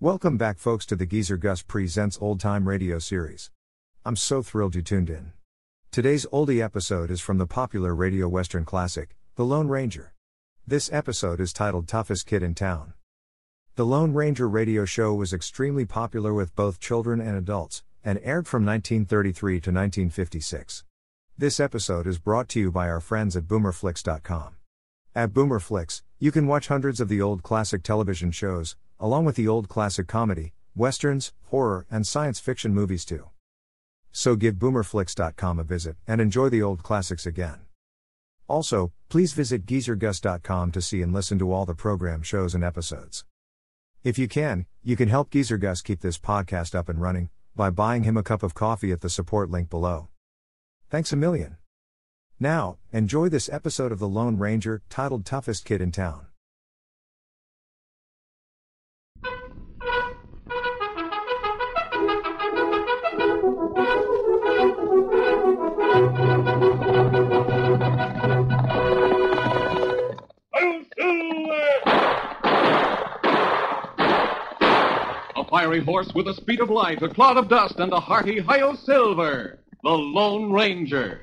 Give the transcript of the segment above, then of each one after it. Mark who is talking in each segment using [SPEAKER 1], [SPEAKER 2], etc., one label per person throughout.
[SPEAKER 1] Welcome back, folks, to the Geezer Gus Presents Old Time Radio Series. I'm so thrilled you tuned in. Today's oldie episode is from the popular radio western classic, The Lone Ranger. This episode is titled Toughest Kid in Town. The Lone Ranger radio show was extremely popular with both children and adults, and aired from 1933 to 1956. This episode is brought to you by our friends at boomerflix.com. At Boomerflix, you can watch hundreds of the old classic television shows, along with the old classic comedy, westerns, horror, and science fiction movies too. So give boomerflix.com a visit and enjoy the old classics again. Also, please visit geezergus.com to see and listen to all the program shows and episodes. If you can, you can help Geezer Gus keep this podcast up and running by buying him a cup of coffee at the support link below. Thanks a million. Now, enjoy this episode of The Lone Ranger titled Toughest Kid in Town.
[SPEAKER 2] A fiery horse with the speed of light, a cloud of dust, and a hearty Hail Silver, the Lone Ranger.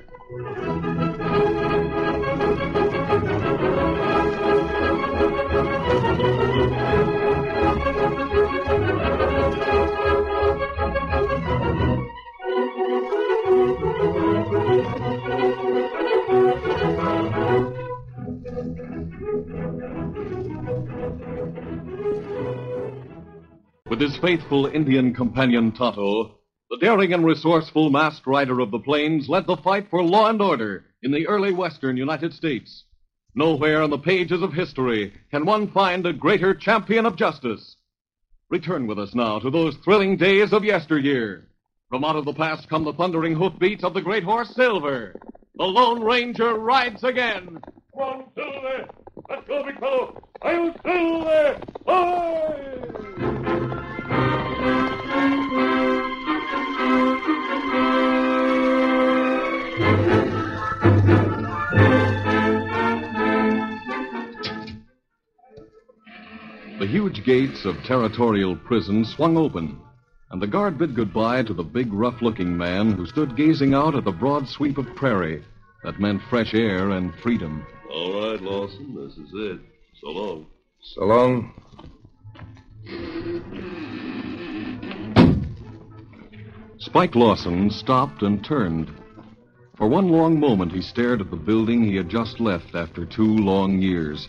[SPEAKER 2] With his faithful Indian companion Tonto, the daring and resourceful masked rider of the plains led the fight for law and order in the early western United States. Nowhere in the pages of history can one find a greater champion of justice. Return with us now to those thrilling days of yesteryear. From out of the past come the thundering hoofbeats of the great horse Silver. The Lone Ranger rides again. One, two, there. Let's go, big fellow. I'll Silver. Hoy! The huge gates of territorial prison swung open, and the guard bid goodbye to the big, rough looking man who stood gazing out at the broad sweep of prairie that meant fresh air and freedom.
[SPEAKER 3] All right, Lawson, this is it. So long.
[SPEAKER 4] So long.
[SPEAKER 2] Spike Lawson stopped and turned. For one long moment, he stared at the building he had just left after two long years.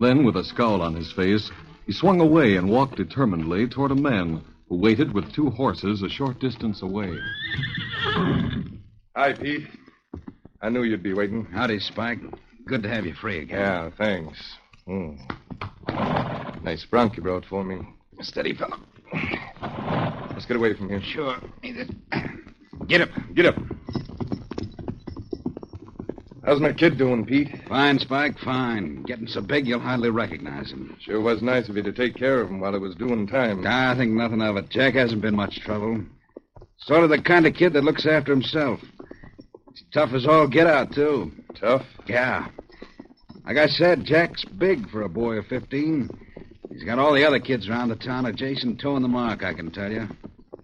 [SPEAKER 2] Then, with a scowl on his face, he swung away and walked determinedly toward a man who waited with two horses a short distance away.
[SPEAKER 4] Hi, Pete. I knew you'd be waiting.
[SPEAKER 5] Howdy, Spike. Good to have you free again.
[SPEAKER 4] Yeah, thanks. Hmm. Nice bronc you brought for me.
[SPEAKER 5] Steady, fella.
[SPEAKER 4] Let's get away from here.
[SPEAKER 5] Sure. Get up.
[SPEAKER 4] Get up. How's my kid doing, Pete?
[SPEAKER 5] Fine, Spike, fine. Getting so big you'll hardly recognize him.
[SPEAKER 4] Sure was nice of you to take care of him while he was doing time.
[SPEAKER 5] I think nothing of it. Jack hasn't been much trouble. Sort of the kind of kid that looks after himself. He's tough as all get out, too.
[SPEAKER 4] Tough.
[SPEAKER 5] Yeah. Like I said, Jack's big for a boy of 15. He's got all the other kids around the town adjacent toeing the mark, I can tell you.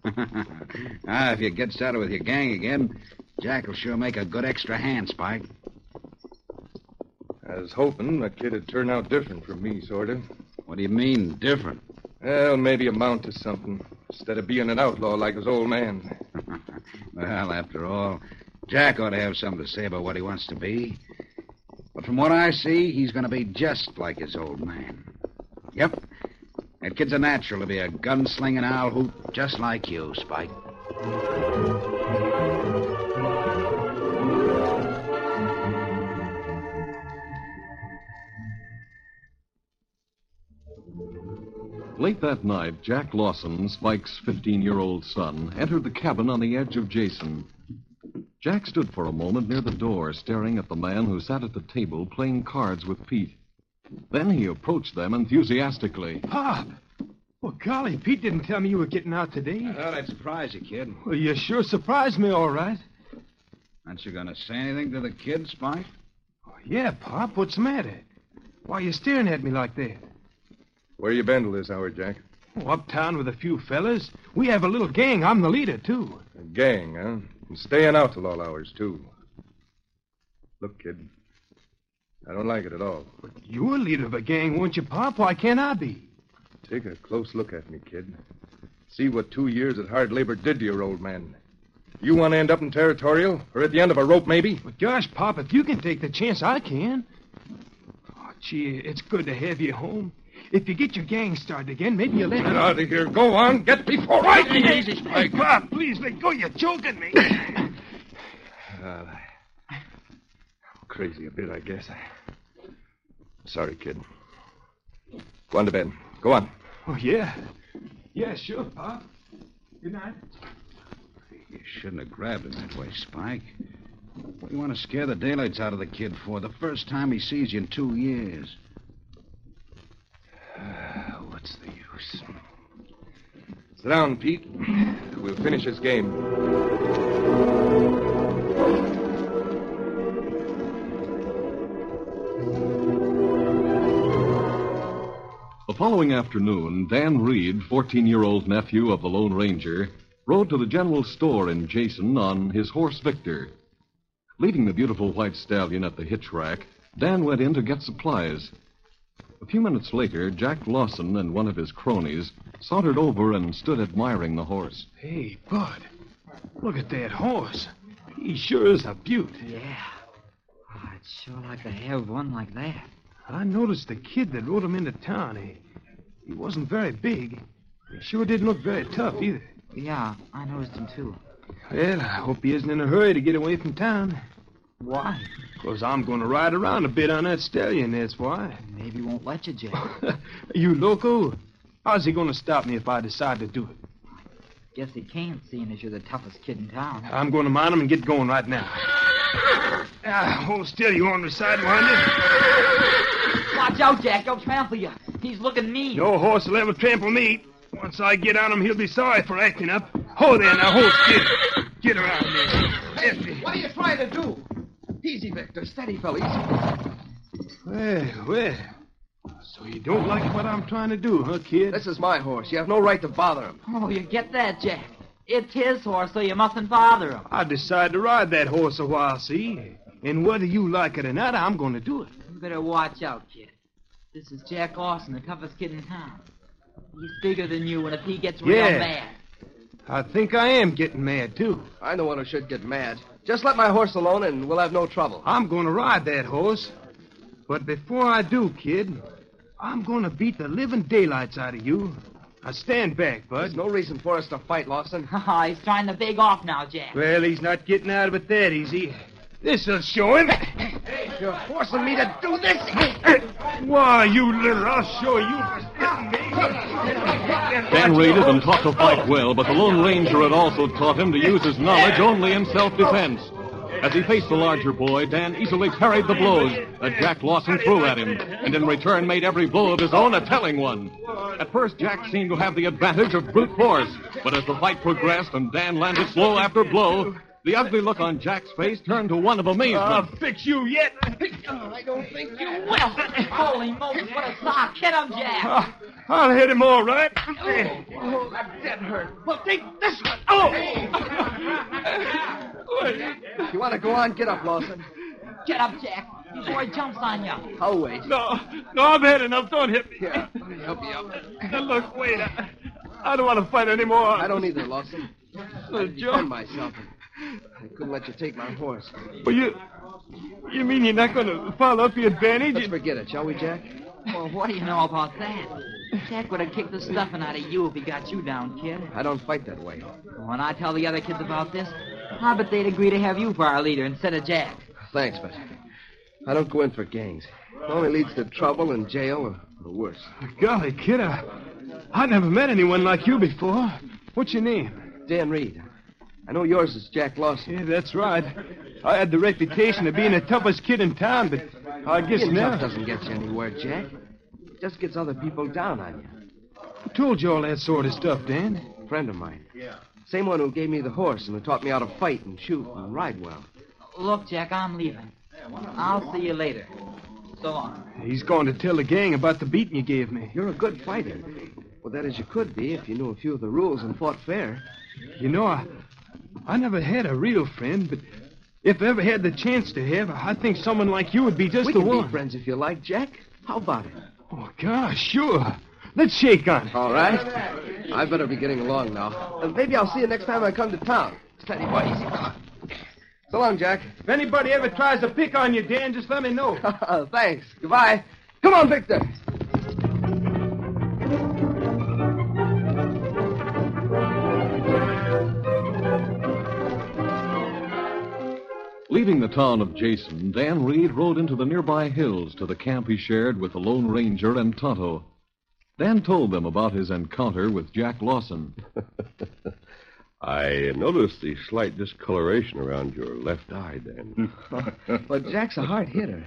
[SPEAKER 5] ah, if you get started with your gang again, Jack will sure make a good extra hand, Spike.
[SPEAKER 4] I was hoping my kid would turn out different from me, sort of.
[SPEAKER 5] What do you mean, different?
[SPEAKER 4] Well, maybe amount to something instead of being an outlaw like his old man.
[SPEAKER 5] Well, after all, Jack ought to have something to say about what he wants to be. But from what I see, he's going to be just like his old man. Yep. That kid's a natural to be a gunslinging owl hoot just like you, Spike.
[SPEAKER 2] Late that night, Jack Lawson, Spike's 15 year old son, entered the cabin on the edge of Jason. Jack stood for a moment near the door, staring at the man who sat at the table playing cards with Pete. Then he approached them enthusiastically.
[SPEAKER 6] Pop! Well, golly, Pete didn't tell me you were getting out today.
[SPEAKER 5] thought I'd surprise you, kid.
[SPEAKER 6] Well, you sure surprised me, all right.
[SPEAKER 5] Aren't you going to say anything to the kid, Spike?
[SPEAKER 6] Yeah, Pop, what's the matter? Why are you staring at me like that?
[SPEAKER 4] Where you been to this hour, Jack?
[SPEAKER 6] Oh, uptown with a few fellas. We have a little gang. I'm the leader, too.
[SPEAKER 4] A gang, huh? And staying out till all hours, too. Look, kid, I don't like it at all.
[SPEAKER 6] You were leader of a gang, weren't you, Pop? Why can't I be?
[SPEAKER 4] Take a close look at me, kid. See what two years at hard labor did to your old man. You want to end up in territorial, or at the end of a rope, maybe?
[SPEAKER 6] But gosh, Pop, if you can take the chance, I can. Oh, gee, it's good to have you home. If you get your gang started again, maybe you'll let
[SPEAKER 4] Get out of here. Go on. Get before I
[SPEAKER 6] Hey, hey, Pop, please let go. You're choking me.
[SPEAKER 4] Crazy a bit, I guess. Sorry, kid. Go on to bed. Go on.
[SPEAKER 6] oh, yeah. Yeah, sure, Pop. Good night.
[SPEAKER 5] You shouldn't have grabbed him that way, Spike. What do you want to scare the daylights out of the kid for? The first time he sees you in two years.
[SPEAKER 4] What's the use? Sit down, Pete. We'll finish this game.
[SPEAKER 2] The following afternoon, Dan Reed, 14 year old nephew of the Lone Ranger, rode to the general store in Jason on his horse Victor. Leading the beautiful white stallion at the hitch rack, Dan went in to get supplies. A few minutes later, Jack Lawson and one of his cronies sauntered over and stood admiring the horse.
[SPEAKER 6] Hey, Bud. Look at that horse. He sure is a beaut.
[SPEAKER 7] Yeah. Oh, I'd sure like to have one like that.
[SPEAKER 6] I noticed the kid that rode him into town. He, he wasn't very big. He sure didn't look very tough either.
[SPEAKER 7] Yeah, I noticed him too.
[SPEAKER 6] Well, I hope he isn't in a hurry to get away from town.
[SPEAKER 7] Why?
[SPEAKER 6] Because I'm going to ride around a bit on that stallion, that's why.
[SPEAKER 7] Maybe won't let you, Jack.
[SPEAKER 6] you loco? How's he going to stop me if I decide to do it?
[SPEAKER 7] Guess he can't, seeing as you're the toughest kid in town.
[SPEAKER 6] I'm going to mount him and get going right now. Ah, hold still, you on the sidewinder.
[SPEAKER 7] Watch out, Jack. He'll trample you. He's looking mean.
[SPEAKER 6] No horse will ever trample me. Once I get on him, he'll be sorry for acting up. Ho there, now hold still. Get around there. That's it.
[SPEAKER 8] What are you trying to do? Easy, Victor. Steady, fellas.
[SPEAKER 6] Well, well. So you don't like what I'm trying to do, huh, kid?
[SPEAKER 8] This is my horse. You have no right to bother him.
[SPEAKER 7] Oh, you get that, Jack. It's his horse, so you mustn't bother him.
[SPEAKER 6] I decided to ride that horse a while, see? And whether you like it or not, I'm going to do it.
[SPEAKER 7] You better watch out, kid. This is Jack Austin, the toughest kid in town. He's bigger than you, and if he gets real
[SPEAKER 6] Yeah.
[SPEAKER 7] mad,
[SPEAKER 6] I think I am getting mad, too.
[SPEAKER 8] I'm the one who should get mad. Just let my horse alone and we'll have no trouble.
[SPEAKER 6] I'm going to ride that horse. But before I do, kid, I'm going to beat the living daylights out of you. Now stand back,
[SPEAKER 8] There's
[SPEAKER 6] bud.
[SPEAKER 8] no reason for us to fight, Lawson.
[SPEAKER 7] haha, he's trying to beg off now, Jack.
[SPEAKER 6] Well, he's not getting out of it that easy. This'll show him.
[SPEAKER 8] You're forcing me to do this.
[SPEAKER 6] Why, you little, I'll show you.
[SPEAKER 2] Dan Reed had been taught to fight well, but the Lone Ranger had also taught him to use his knowledge only in self defense. As he faced the larger boy, Dan easily parried the blows that Jack Lawson threw at him, and in return made every blow of his own a telling one. At first, Jack seemed to have the advantage of brute force, but as the fight progressed and Dan landed blow after blow, the ugly look on Jack's face turned to one of amazement.
[SPEAKER 6] fix you yet.
[SPEAKER 7] Oh, You will! Holy moly, what a sock! Hit him, Jack!
[SPEAKER 6] I'll hit him all right.
[SPEAKER 7] Oh!
[SPEAKER 8] You want to go on? Get up, Lawson.
[SPEAKER 7] Get up, Jack! Before he jumps on you.
[SPEAKER 8] I'll wait.
[SPEAKER 6] No, no, I've had enough. Don't hit me.
[SPEAKER 8] Here, let me help you up.
[SPEAKER 6] Now, look, wait. I, I don't want to fight anymore.
[SPEAKER 8] I don't either, Lawson. I defend myself. I couldn't let you take my horse.
[SPEAKER 6] Well, you, you mean you're not going to follow up your advantage?
[SPEAKER 8] Let's forget it, shall we, Jack?
[SPEAKER 7] Well, what do you know about that? Jack would have kicked the stuffing out of you if he got you down, kid.
[SPEAKER 8] I don't fight that way.
[SPEAKER 7] When I tell the other kids about this, I bet they'd agree to have you for our leader instead of Jack.
[SPEAKER 8] Thanks, but I don't go in for gangs. It only leads to trouble and jail or, or worse.
[SPEAKER 6] Golly, kid, I, I never met anyone like you before. What's your name?
[SPEAKER 8] Dan Reed. I know yours is Jack Lawson.
[SPEAKER 6] Yeah, that's right. I had the reputation of being the toughest kid in town, but I guess
[SPEAKER 8] Being tough
[SPEAKER 6] now.
[SPEAKER 8] doesn't get you anywhere, Jack. It just gets other people down on you.
[SPEAKER 6] I told you all that sort of stuff, Dan.
[SPEAKER 8] Friend of mine. Yeah. Same one who gave me the horse and who taught me how to fight and shoot and ride well.
[SPEAKER 7] Look, Jack, I'm leaving. I'll see you later. So long.
[SPEAKER 6] He's going to tell the gang about the beating you gave me.
[SPEAKER 8] You're a good fighter. Well, that is, you could be if you knew a few of the rules and fought fair.
[SPEAKER 6] You know, I, I never had a real friend, but if I ever had the chance to have, I think someone like you would be just
[SPEAKER 8] we
[SPEAKER 6] the
[SPEAKER 8] can
[SPEAKER 6] one.
[SPEAKER 8] be friends if you like, Jack. How about it?
[SPEAKER 6] Oh, gosh, sure. Let's shake on it.
[SPEAKER 8] All right. I better be getting along now. Uh, maybe I'll see you next time I come to town. Steady, boy. Easy, fella. So long, Jack.
[SPEAKER 6] If anybody ever tries to pick on you, Dan, just let me know.
[SPEAKER 8] Thanks. Goodbye. Come on, Victor.
[SPEAKER 2] Leaving the town of Jason, Dan Reed rode into the nearby hills to the camp he shared with the Lone Ranger and Tonto. Dan told them about his encounter with Jack Lawson.
[SPEAKER 3] I noticed the slight discoloration around your left eye, Dan.
[SPEAKER 8] Hmm. Well, Jack's a hard hitter.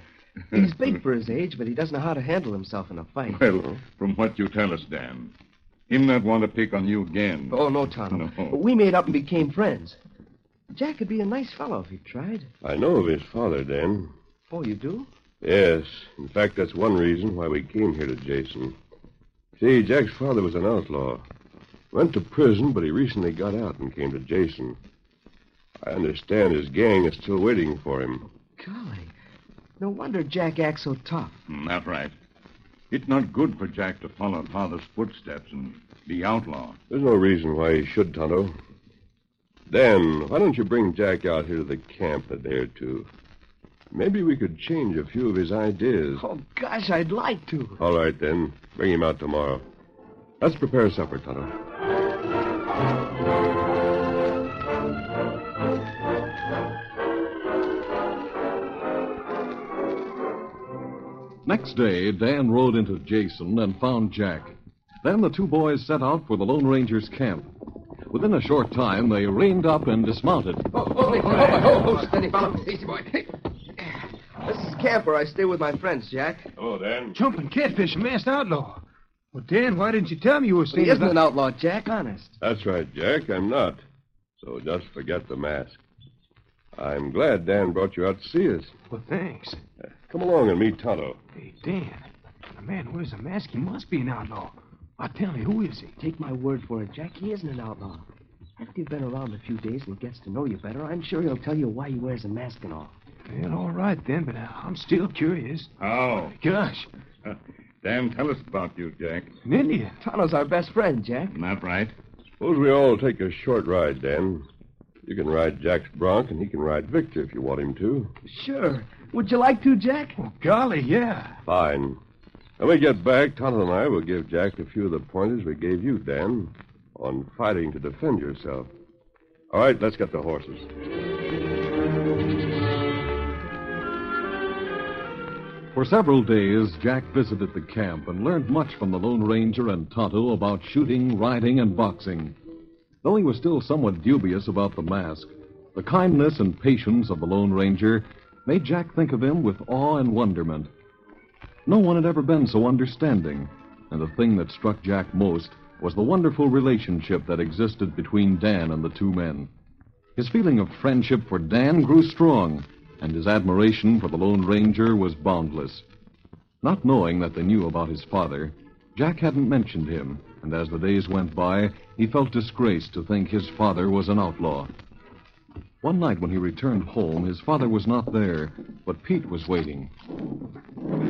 [SPEAKER 8] He's big for his age, but he doesn't know how to handle himself in a fight.
[SPEAKER 9] Well, from what you tell us, Dan, him not want to pick on you again.
[SPEAKER 8] Oh, no, Tonto.
[SPEAKER 9] No.
[SPEAKER 8] We made up and became friends. Jack could be a nice fellow if he tried.
[SPEAKER 3] I know of his father, Dan.
[SPEAKER 8] Oh, you do?
[SPEAKER 3] Yes. In fact, that's one reason why we came here to Jason. See, Jack's father was an outlaw. Went to prison, but he recently got out and came to Jason. I understand his gang is still waiting for him.
[SPEAKER 8] Golly. No wonder Jack acts so tough.
[SPEAKER 9] Hmm, That right. It's not good for Jack to follow father's footsteps and be outlaw.
[SPEAKER 3] There's no reason why he should, Tonto. Dan, why don't you bring Jack out here to the camp a day or two? Maybe we could change a few of his ideas.
[SPEAKER 8] Oh, gosh, I'd like to.
[SPEAKER 3] All right, then. Bring him out tomorrow. Let's prepare supper, Tonto.
[SPEAKER 2] Next day, Dan rode into Jason and found Jack. Then the two boys set out for the Lone Ranger's camp. Within a short time, they reined up and dismounted.
[SPEAKER 6] Oh,
[SPEAKER 8] steady, fellow.
[SPEAKER 5] Easy, boy.
[SPEAKER 8] This is camp where I stay with my friends, Jack.
[SPEAKER 3] Hello, Dan.
[SPEAKER 6] Jumping catfish, a masked outlaw. Well, Dan, why didn't you tell me you were
[SPEAKER 8] But he
[SPEAKER 6] seeing
[SPEAKER 8] isn't an outlaw, Jack, honest.
[SPEAKER 3] That's right, Jack. I'm not. So just forget the mask. I'm glad Dan brought you out to see us.
[SPEAKER 6] Well, thanks.
[SPEAKER 3] Come along and meet Tonto.
[SPEAKER 6] Hey, Dan. The man wears a mask. He must be an outlaw. I tell you, who is he?
[SPEAKER 8] Take my word for it, Jack. He isn't an outlaw. After you've been around a few days and he gets to know you better, I'm sure he'll tell you why he wears a mask and all.
[SPEAKER 6] Well, all right then, but uh, I'm still curious.
[SPEAKER 9] How?
[SPEAKER 6] Gosh,
[SPEAKER 9] Dan, tell us about you, Jack.
[SPEAKER 6] an Indian.
[SPEAKER 8] Tonto's our best friend, Jack.
[SPEAKER 9] Isn't that right?
[SPEAKER 3] Suppose we all take a short ride, Dan. You can ride Jack's bronc, and he can ride Victor if you want him to.
[SPEAKER 8] Sure. Would you like to, Jack?
[SPEAKER 6] Well, golly, yeah.
[SPEAKER 3] Fine. When we get back, Tonto and I will give Jack a few of the pointers we gave you, Dan, on fighting to defend yourself. All right, let's get the horses.
[SPEAKER 6] Oh,
[SPEAKER 2] For several days, Jack visited the camp and learned much from the Lone Ranger and Tonto about shooting, riding, and boxing. Though he was still somewhat dubious about the mask, the kindness and patience of the Lone Ranger made Jack think of him with awe and wonderment. No one had ever been so understanding, and the thing that struck Jack most was the wonderful relationship that existed between Dan and the two men. His feeling of friendship for Dan grew strong, and his admiration for the Lone Ranger was boundless. Not knowing that they knew about his father, Jack hadn't mentioned him, and as the days went by, he felt disgraced to think his father was an outlaw. One night when he returned home, his father was not there, but Pete was waiting.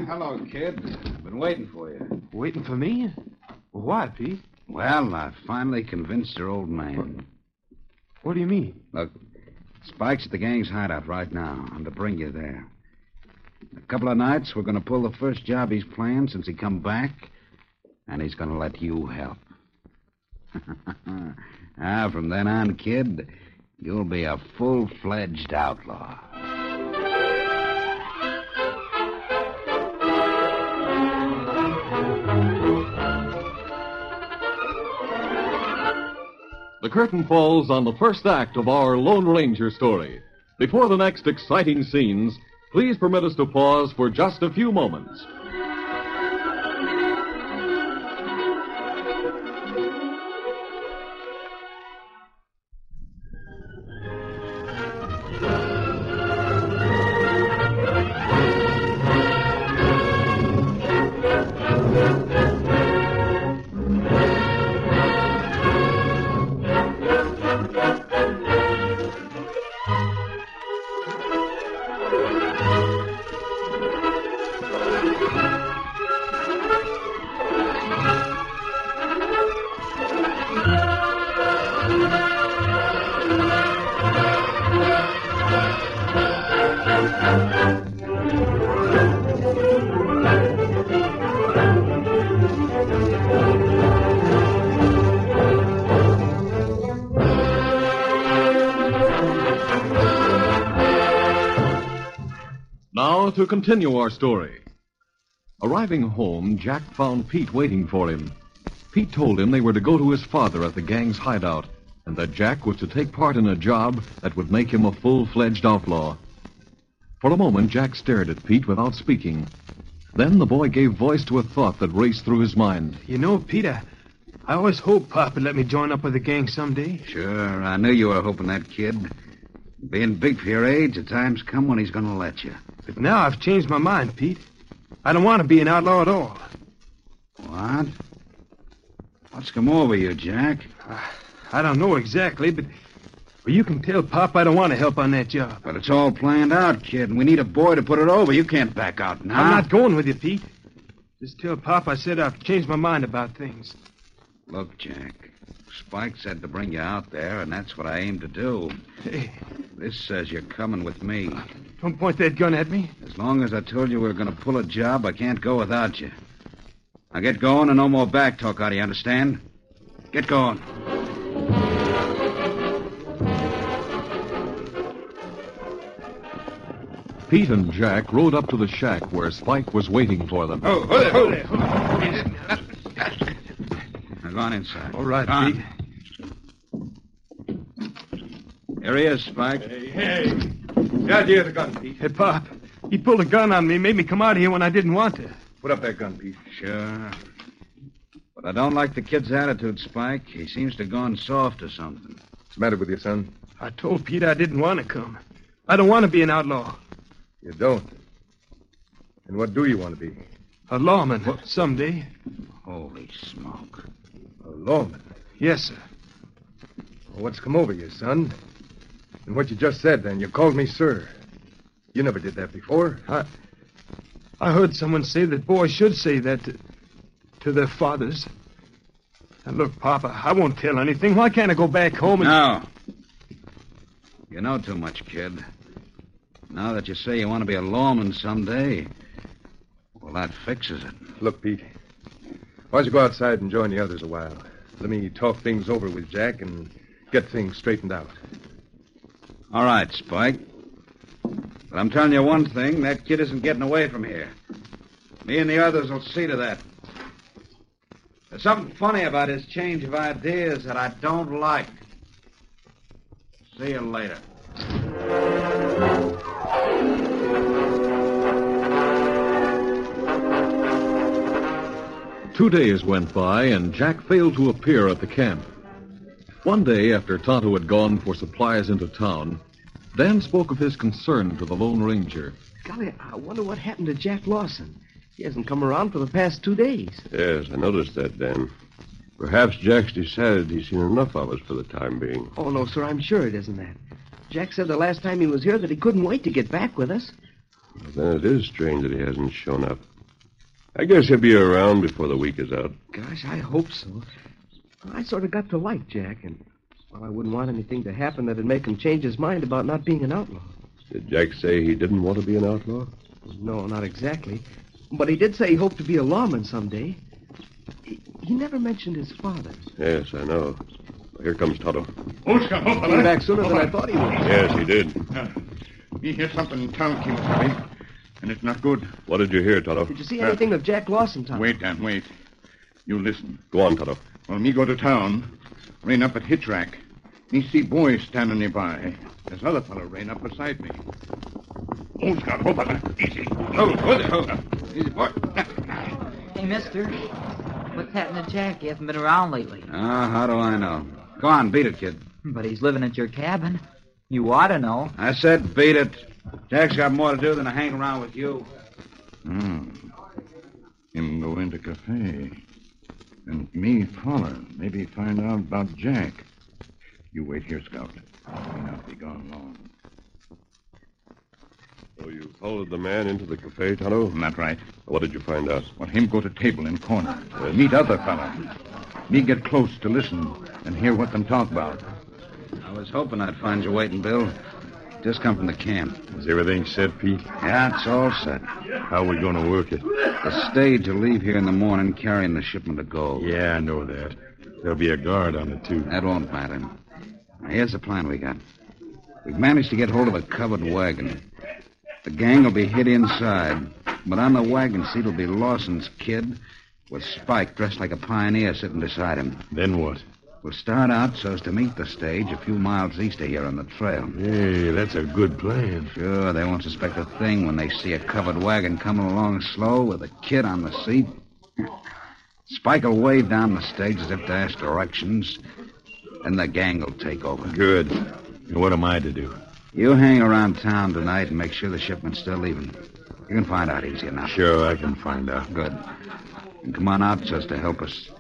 [SPEAKER 5] Hello, kid. Been waiting for you.
[SPEAKER 6] Waiting for me? Why, Pete?
[SPEAKER 5] Well, I finally convinced your old man.
[SPEAKER 6] What do you mean?
[SPEAKER 5] Look, Spike's at the gang's hideout right now. I'm to bring you there. In a couple of nights, we're going to pull the first job he's planned since he come back, and he's going to let you help. ah, from then on, kid, you'll be a full-fledged outlaw.
[SPEAKER 2] The curtain falls on the first act of our Lone Ranger story. Before the next exciting scenes, please permit us to pause for just a few moments. to continue our story. Arriving home, Jack found Pete waiting for him. Pete told him they were to go to his father at the gang's hideout, and that Jack was to take part in a job that would make him a full fledged outlaw. For a moment, Jack stared at Pete without speaking. Then the boy gave voice to a thought that raced through his mind.
[SPEAKER 6] You know, Peter, I always hoped Pop would let me join up with the gang someday.
[SPEAKER 5] Sure, I knew you were hoping that, kid. Being big for your age, the time's come when he's going to let you.
[SPEAKER 6] But now I've changed my mind, Pete. I don't want to be an outlaw at all.
[SPEAKER 5] What? What's come over you, Jack?
[SPEAKER 6] I don't know exactly, but well, you can tell Pop I don't want to help on that job.
[SPEAKER 5] But it's all planned out, kid, and we need a boy to put it over. You can't back out now.
[SPEAKER 6] I'm not going with you, Pete. Just tell Pop I said I've changed my mind about things.
[SPEAKER 5] Look, Jack. Spike said to bring you out there, and that's what I aim to do.
[SPEAKER 6] Hey,
[SPEAKER 5] This says you're coming with me.
[SPEAKER 6] don't point that gun at me.
[SPEAKER 5] As long as I told you we were going to pull a job, I can't go without you. Now get going and no more back talk out of you, understand? Get going.
[SPEAKER 2] Pete and Jack rode up to the shack where Spike was waiting for them.
[SPEAKER 5] Oh, hold it, hold it. Now go on inside.
[SPEAKER 6] All right,
[SPEAKER 5] Go on.
[SPEAKER 6] Pete.
[SPEAKER 5] Here he is, Spike.
[SPEAKER 4] Hey. Yeah, dear, the gun, Pete.
[SPEAKER 6] Hey, Pop. He pulled a gun on me, made me come out of here when I didn't want to.
[SPEAKER 4] Put up that gun, Pete.
[SPEAKER 5] Sure. But I don't like the kid's attitude, Spike. He seems to have gone soft or something.
[SPEAKER 4] What's the matter with you, son?
[SPEAKER 6] I told Pete I didn't want to come. I don't want to be an outlaw.
[SPEAKER 4] You don't. And what do you want to be?
[SPEAKER 6] A lawman someday.
[SPEAKER 5] Holy smoke.
[SPEAKER 4] A lawman.
[SPEAKER 6] Yes, sir.
[SPEAKER 4] Well, what's come over you, son? And what you just said then, you called me sir. You never did that before.
[SPEAKER 6] I heard someone say that boys should say that to, to their fathers. Now, look, Papa, I won't tell anything. Why can't I go back home and.
[SPEAKER 5] No. You know too much, kid. Now that you say you want to be a lawman someday, well, that fixes it.
[SPEAKER 4] Look, Pete. Why don't you go outside and join the others a while? Let me talk things over with Jack and get things straightened out.
[SPEAKER 5] All right, Spike. But I'm telling you one thing that kid isn't getting away from here. Me and the others will see to that. There's something funny about his change of ideas that I don't like. See you later.
[SPEAKER 2] Two days went by, and Jack failed to appear at the camp. One day, after Tonto had gone for supplies into town, Dan spoke of his concern to the Lone Ranger.
[SPEAKER 8] Golly, I wonder what happened to Jack Lawson. He hasn't come around for the past two days.
[SPEAKER 3] Yes, I noticed that, Dan. Perhaps Jack's decided he's seen enough of us for the time being.
[SPEAKER 8] Oh, no, sir, I'm sure it isn't that. Jack said the last time he was here that he couldn't wait to get back with us.
[SPEAKER 3] Then it is strange that he hasn't shown up. I guess he'll be around before the week is out.
[SPEAKER 8] Gosh, I hope so. I sort of got to like Jack, and well, I wouldn't want anything to happen that'd make him change his mind about not being an outlaw.
[SPEAKER 3] Did Jack say he didn't want to be an outlaw?
[SPEAKER 8] No, not exactly. But he did say he hoped to be a lawman someday. He, he never mentioned his father.
[SPEAKER 3] Yes, I know. Here comes Toto.
[SPEAKER 8] He
[SPEAKER 6] oh,
[SPEAKER 8] came back sooner than I thought he would.
[SPEAKER 3] Yes, he did.
[SPEAKER 9] You hear something in town, Kimasabi, and it's not good.
[SPEAKER 3] What did you hear, Toto?
[SPEAKER 8] Did you see anything of Jack Lawson, Tom?
[SPEAKER 9] Wait, Dan, wait. You listen.
[SPEAKER 3] Go on, Toto.
[SPEAKER 9] Well, me go to town, rein up at hitch rack. Me see boy standing nearby. This other fellow rein up beside me. Oh, Scott, hold on. Easy. Hold, hold it, hold it. Easy, boy.
[SPEAKER 7] Hey, mister. What's happened to Jack? He hasn't been around lately.
[SPEAKER 5] Ah, how do I know? Go on, beat it, kid.
[SPEAKER 7] But he's living at your cabin. You ought to know.
[SPEAKER 5] I said beat it. Jack's got more to do than to hang around with you.
[SPEAKER 9] Hmm. Him go into cafe. And me follow. Maybe find out about Jack. You wait here, Scout. May not be gone long.
[SPEAKER 3] So you followed the man into the cafe, Toto?
[SPEAKER 9] Isn't that right?
[SPEAKER 3] What did you find out?
[SPEAKER 9] Well, him go to table in corner. Meet other fellow. Me get close to listen and hear what them talk about.
[SPEAKER 5] I was hoping I'd find you waiting, Bill. Just come from the camp.
[SPEAKER 3] Is everything set, Pete?
[SPEAKER 5] Yeah, it's all set.
[SPEAKER 3] How are we going to work it?
[SPEAKER 5] The stage will leave here in the morning carrying the shipment of gold.
[SPEAKER 3] Yeah, I know that. There'll be a guard on it, too.
[SPEAKER 5] That won't matter. Now, here's the plan we got. We've managed to get hold of a covered wagon. The gang will be hid inside, but on the wagon seat will be Lawson's kid with Spike dressed like a pioneer sitting beside him.
[SPEAKER 9] Then what?
[SPEAKER 5] We'll start out so as to meet the stage a few miles east of here on the trail.
[SPEAKER 9] Hey, that's a good plan.
[SPEAKER 5] Sure, they won't suspect a thing when they see a covered wagon coming along slow with a kid on the seat. Spike will wave down the stage as if to ask directions, and the gang will take over.
[SPEAKER 9] Good. And what am I to do?
[SPEAKER 5] You hang around town tonight and make sure the shipment's still leaving. You can find out easy enough.
[SPEAKER 9] Sure, I can find out.
[SPEAKER 5] Good. And come on out, Chester, help us.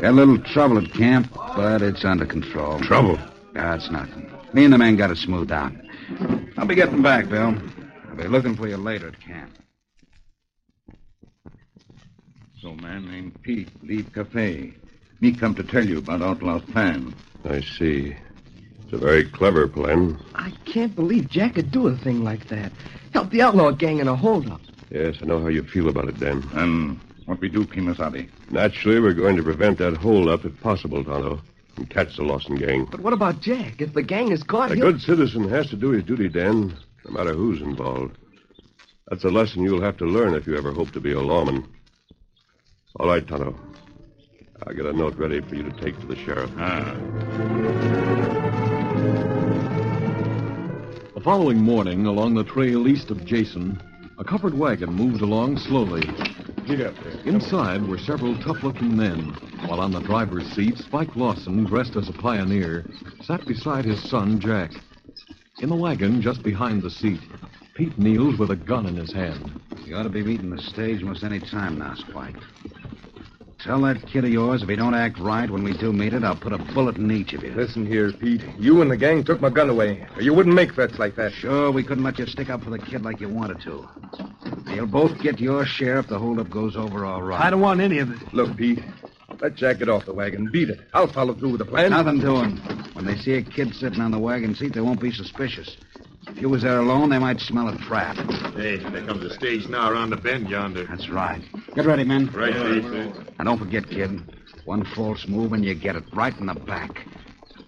[SPEAKER 5] Got a little trouble at camp, but it's under control.
[SPEAKER 9] Trouble?
[SPEAKER 5] That's nothing. Me and the man got it smoothed out. I'll be getting back, Bill. I'll be looking for you later at camp.
[SPEAKER 9] So man named Pete leave cafe. Me come to tell you about outlaw's plan.
[SPEAKER 3] I see. It's a very clever plan.
[SPEAKER 8] I can't believe Jack could do a thing like that. Help the outlaw gang in a holdup.
[SPEAKER 3] Yes, I know how you feel about it, Dan.
[SPEAKER 9] And what we do, Kimasabi?
[SPEAKER 3] Naturally, we're going to prevent that holdup if possible, Tonto, and catch the Lawson gang.
[SPEAKER 8] But what about Jack? If the gang is caught,
[SPEAKER 3] A
[SPEAKER 8] he'll...
[SPEAKER 3] good citizen has to do his duty, Dan, no matter who's involved. That's a lesson you'll have to learn if you ever hope to be a lawman. All right, Tonto. I'll get a note ready for you to take to the sheriff.
[SPEAKER 9] Ah,
[SPEAKER 2] The following morning, along the trail east of Jason, a covered wagon moved along slowly.
[SPEAKER 4] Get up there.
[SPEAKER 2] Inside were several tough looking men, while on the driver's seat, Spike Lawson, dressed as a pioneer, sat beside his son, Jack. In the wagon, just behind the seat, Pete kneels with a gun in his hand.
[SPEAKER 5] You ought to be meeting the stage most any time now, Spike. Tell that kid of yours if he don't act right when we do meet it, I'll put a bullet in each of you.
[SPEAKER 4] Listen here, Pete. You and the gang took my gun away. Or you wouldn't make threats like that.
[SPEAKER 5] Sure, we couldn't let you stick up for the kid like you wanted to. You'll both get your share if the holdup goes over all right.
[SPEAKER 6] I don't want any of it.
[SPEAKER 4] Look, Pete. Let Jack get off the wagon. Beat it. I'll follow through with the plan.
[SPEAKER 5] Nothing doing. When they see a kid sitting on the wagon seat, they won't be suspicious. If you was there alone, they might smell a trap.
[SPEAKER 10] Hey, there comes the stage now around the bend yonder.
[SPEAKER 5] That's right. Get ready, men.
[SPEAKER 10] Right,
[SPEAKER 5] And don't forget, kid, one false move and you get it right in the back.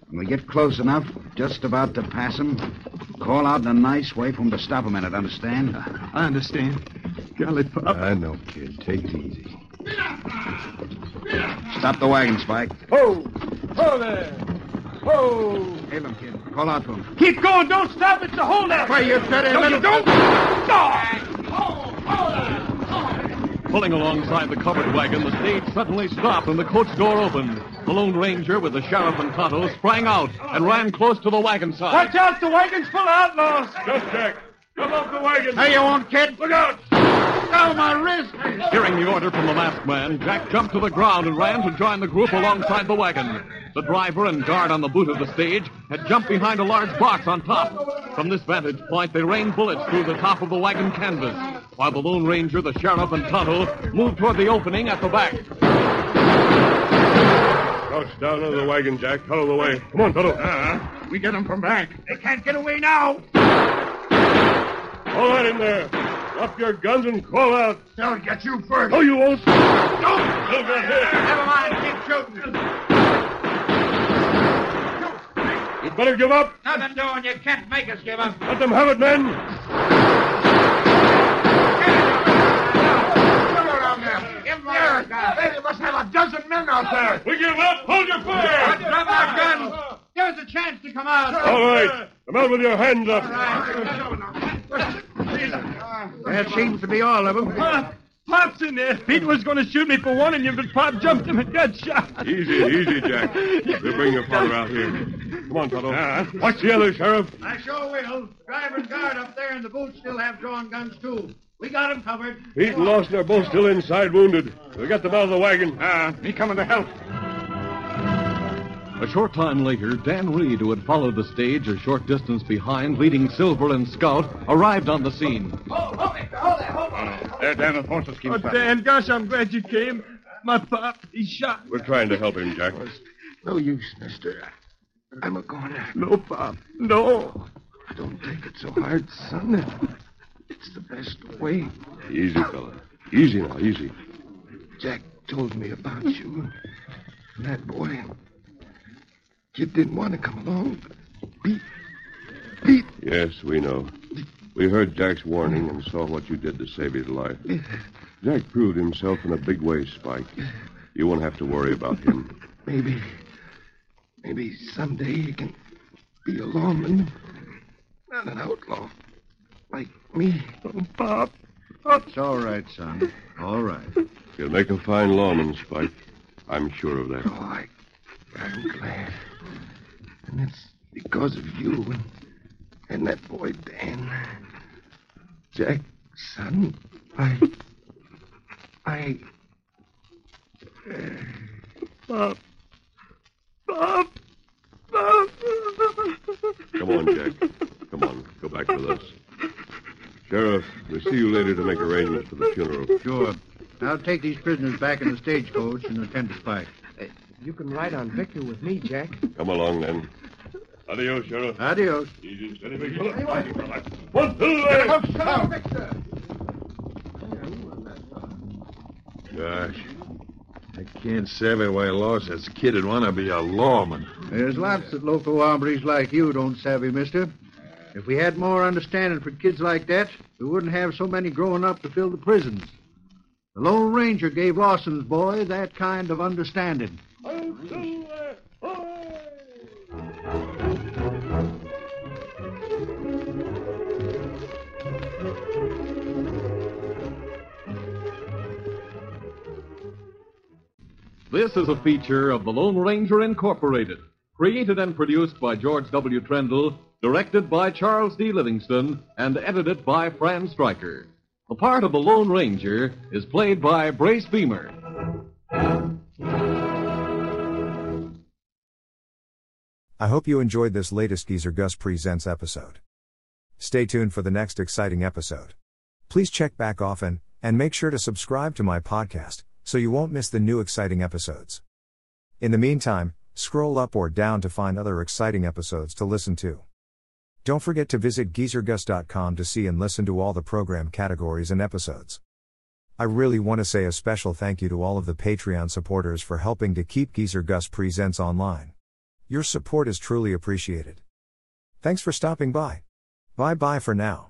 [SPEAKER 5] When we get close enough, just about to pass 'em, call out in a nice way for 'em to stop a minute, understand?
[SPEAKER 6] I understand. Golly, Pop.
[SPEAKER 9] I know, kid. Take it easy.
[SPEAKER 5] Stop the wagon, Spike.
[SPEAKER 6] oh,
[SPEAKER 4] Ho! Ho there! Ho!
[SPEAKER 5] Hail 'em, kid. Call out to 'em.
[SPEAKER 6] Keep going. Don't stop. It's a holdout.
[SPEAKER 5] Why, you dirty little... Don't!
[SPEAKER 2] Pulling alongside the covered wagon, the stage suddenly stopped and the coach door opened. The Lone Ranger, with the sheriff and Tonto, sprang out and ran close to the wagon side.
[SPEAKER 6] out. The wagon's full of outlaws.
[SPEAKER 10] Just Jack. Come off the wagon.
[SPEAKER 5] Hey, you won't, kid.
[SPEAKER 10] Look out.
[SPEAKER 5] Oh, my wrist.
[SPEAKER 2] Hearing the order from the masked man, Jack jumped to the ground and ran to join the group alongside the wagon. The driver and guard on the boot of the stage had jumped behind a large box on top. From this vantage point, they rained bullets through the top of the wagon canvas, while the Lone Ranger, the sheriff, and Tonto moved toward the opening at the back.
[SPEAKER 10] Crouch down under the wagon, Jack. Out of the way. Come on, Toto.
[SPEAKER 9] Ah,
[SPEAKER 10] Uh-huh. We get them from back. They can't get away now. All right in there. Drop your guns and call out. They'll get you first. No, you won't. Don't. You'll get hit. Never mind. Keep shooting. You better give up.
[SPEAKER 5] Nothing doing. You can't make us give up.
[SPEAKER 10] Let them have it, men.
[SPEAKER 5] They must have a dozen men out there.
[SPEAKER 10] We give up. Hold your fire.
[SPEAKER 5] Drop our guns. Give us a chance to come out.
[SPEAKER 10] All right. Come out with your hands up.
[SPEAKER 5] That seems to be all of them.
[SPEAKER 6] Pop. Pop's in there. Pete was going to shoot me for one, and you, but Pop jumped him and got shot.
[SPEAKER 10] Easy, easy, Jack. We'll bring your father out here. Come on, Toto. Watch the other, Sheriff.
[SPEAKER 5] I sure will. Driver's guard up there in the booth still have drawn guns, too. We got them covered.
[SPEAKER 10] Pete and Lawson are both still inside, wounded. We'll get them out of the wagon. Ah, me coming to help.
[SPEAKER 2] A short time later, Dan Reed, who had followed the stage a short distance behind, leading Silver and Scout, arrived on the scene.
[SPEAKER 10] There, Dan, the horses keep
[SPEAKER 6] Oh, Dan, gosh, I'm glad you came. My Pop, he's shot.
[SPEAKER 10] We're trying to help him, Jack.
[SPEAKER 9] No use, mister. I'm a going to.
[SPEAKER 6] No, Pop. No.
[SPEAKER 9] Don't take it so hard, son. It's the best way.
[SPEAKER 3] Easy, fella. Easy now, easy.
[SPEAKER 9] Jack told me about you and that boy. Kid didn't want to come along. Pete, Pete,
[SPEAKER 3] Yes, we know. We heard Jack's warning and saw what you did to save his life. Jack proved himself in a big way, Spike. You won't have to worry about him.
[SPEAKER 11] Maybe. Maybe someday you can be a lawman. Not an outlaw. Like me. Oh, Bob.
[SPEAKER 9] It's all right, son. All right.
[SPEAKER 3] You'll make a fine lawman, Spike. I'm sure of that.
[SPEAKER 11] I'm glad. And it's because of you and, and that boy, Dan. Jack, son, I. I. Bob. Bob. Bob.
[SPEAKER 3] Come on, Jack. Come on. Go back with us. Sheriff, we'll see you later to make arrangements for the funeral.
[SPEAKER 12] Sure. Now take these prisoners back in the stagecoach and attend to Spike.
[SPEAKER 8] You can ride on Victor with me, Jack.
[SPEAKER 3] Come along, then.
[SPEAKER 10] Adios, Sheriff.
[SPEAKER 12] Adios.
[SPEAKER 10] Easy, steady, big fella. One, two, three.
[SPEAKER 13] Gosh. I can't savvy why Lawson's kid would want to be a lawman.
[SPEAKER 12] There's lots of local hombres like you don't savvy, mister. If we had more understanding for kids like that, we wouldn't have so many growing up to fill the prisons. The Lone Ranger gave Lawson's boy that kind of understanding.
[SPEAKER 2] This is a feature of The Lone Ranger Incorporated, created and produced by George W. Trendle, directed by Charles D. Livingston, and edited by Fran Stryker. The part of the Lone Ranger is played by Brace Beamer.
[SPEAKER 1] I hope you enjoyed this latest Geezer Gus Presents episode. Stay tuned for the next exciting episode. Please check back often, and make sure to subscribe to my podcast so you won't miss the new exciting episodes. In the meantime, scroll up or down to find other exciting episodes to listen to. Don't forget to visit geezergus.com to see and listen to all the program categories and episodes. I really want to say a special thank you to all of the Patreon supporters for helping to keep Geezer Gus Presents online. Your support is truly appreciated. Thanks for stopping by. Bye bye for now.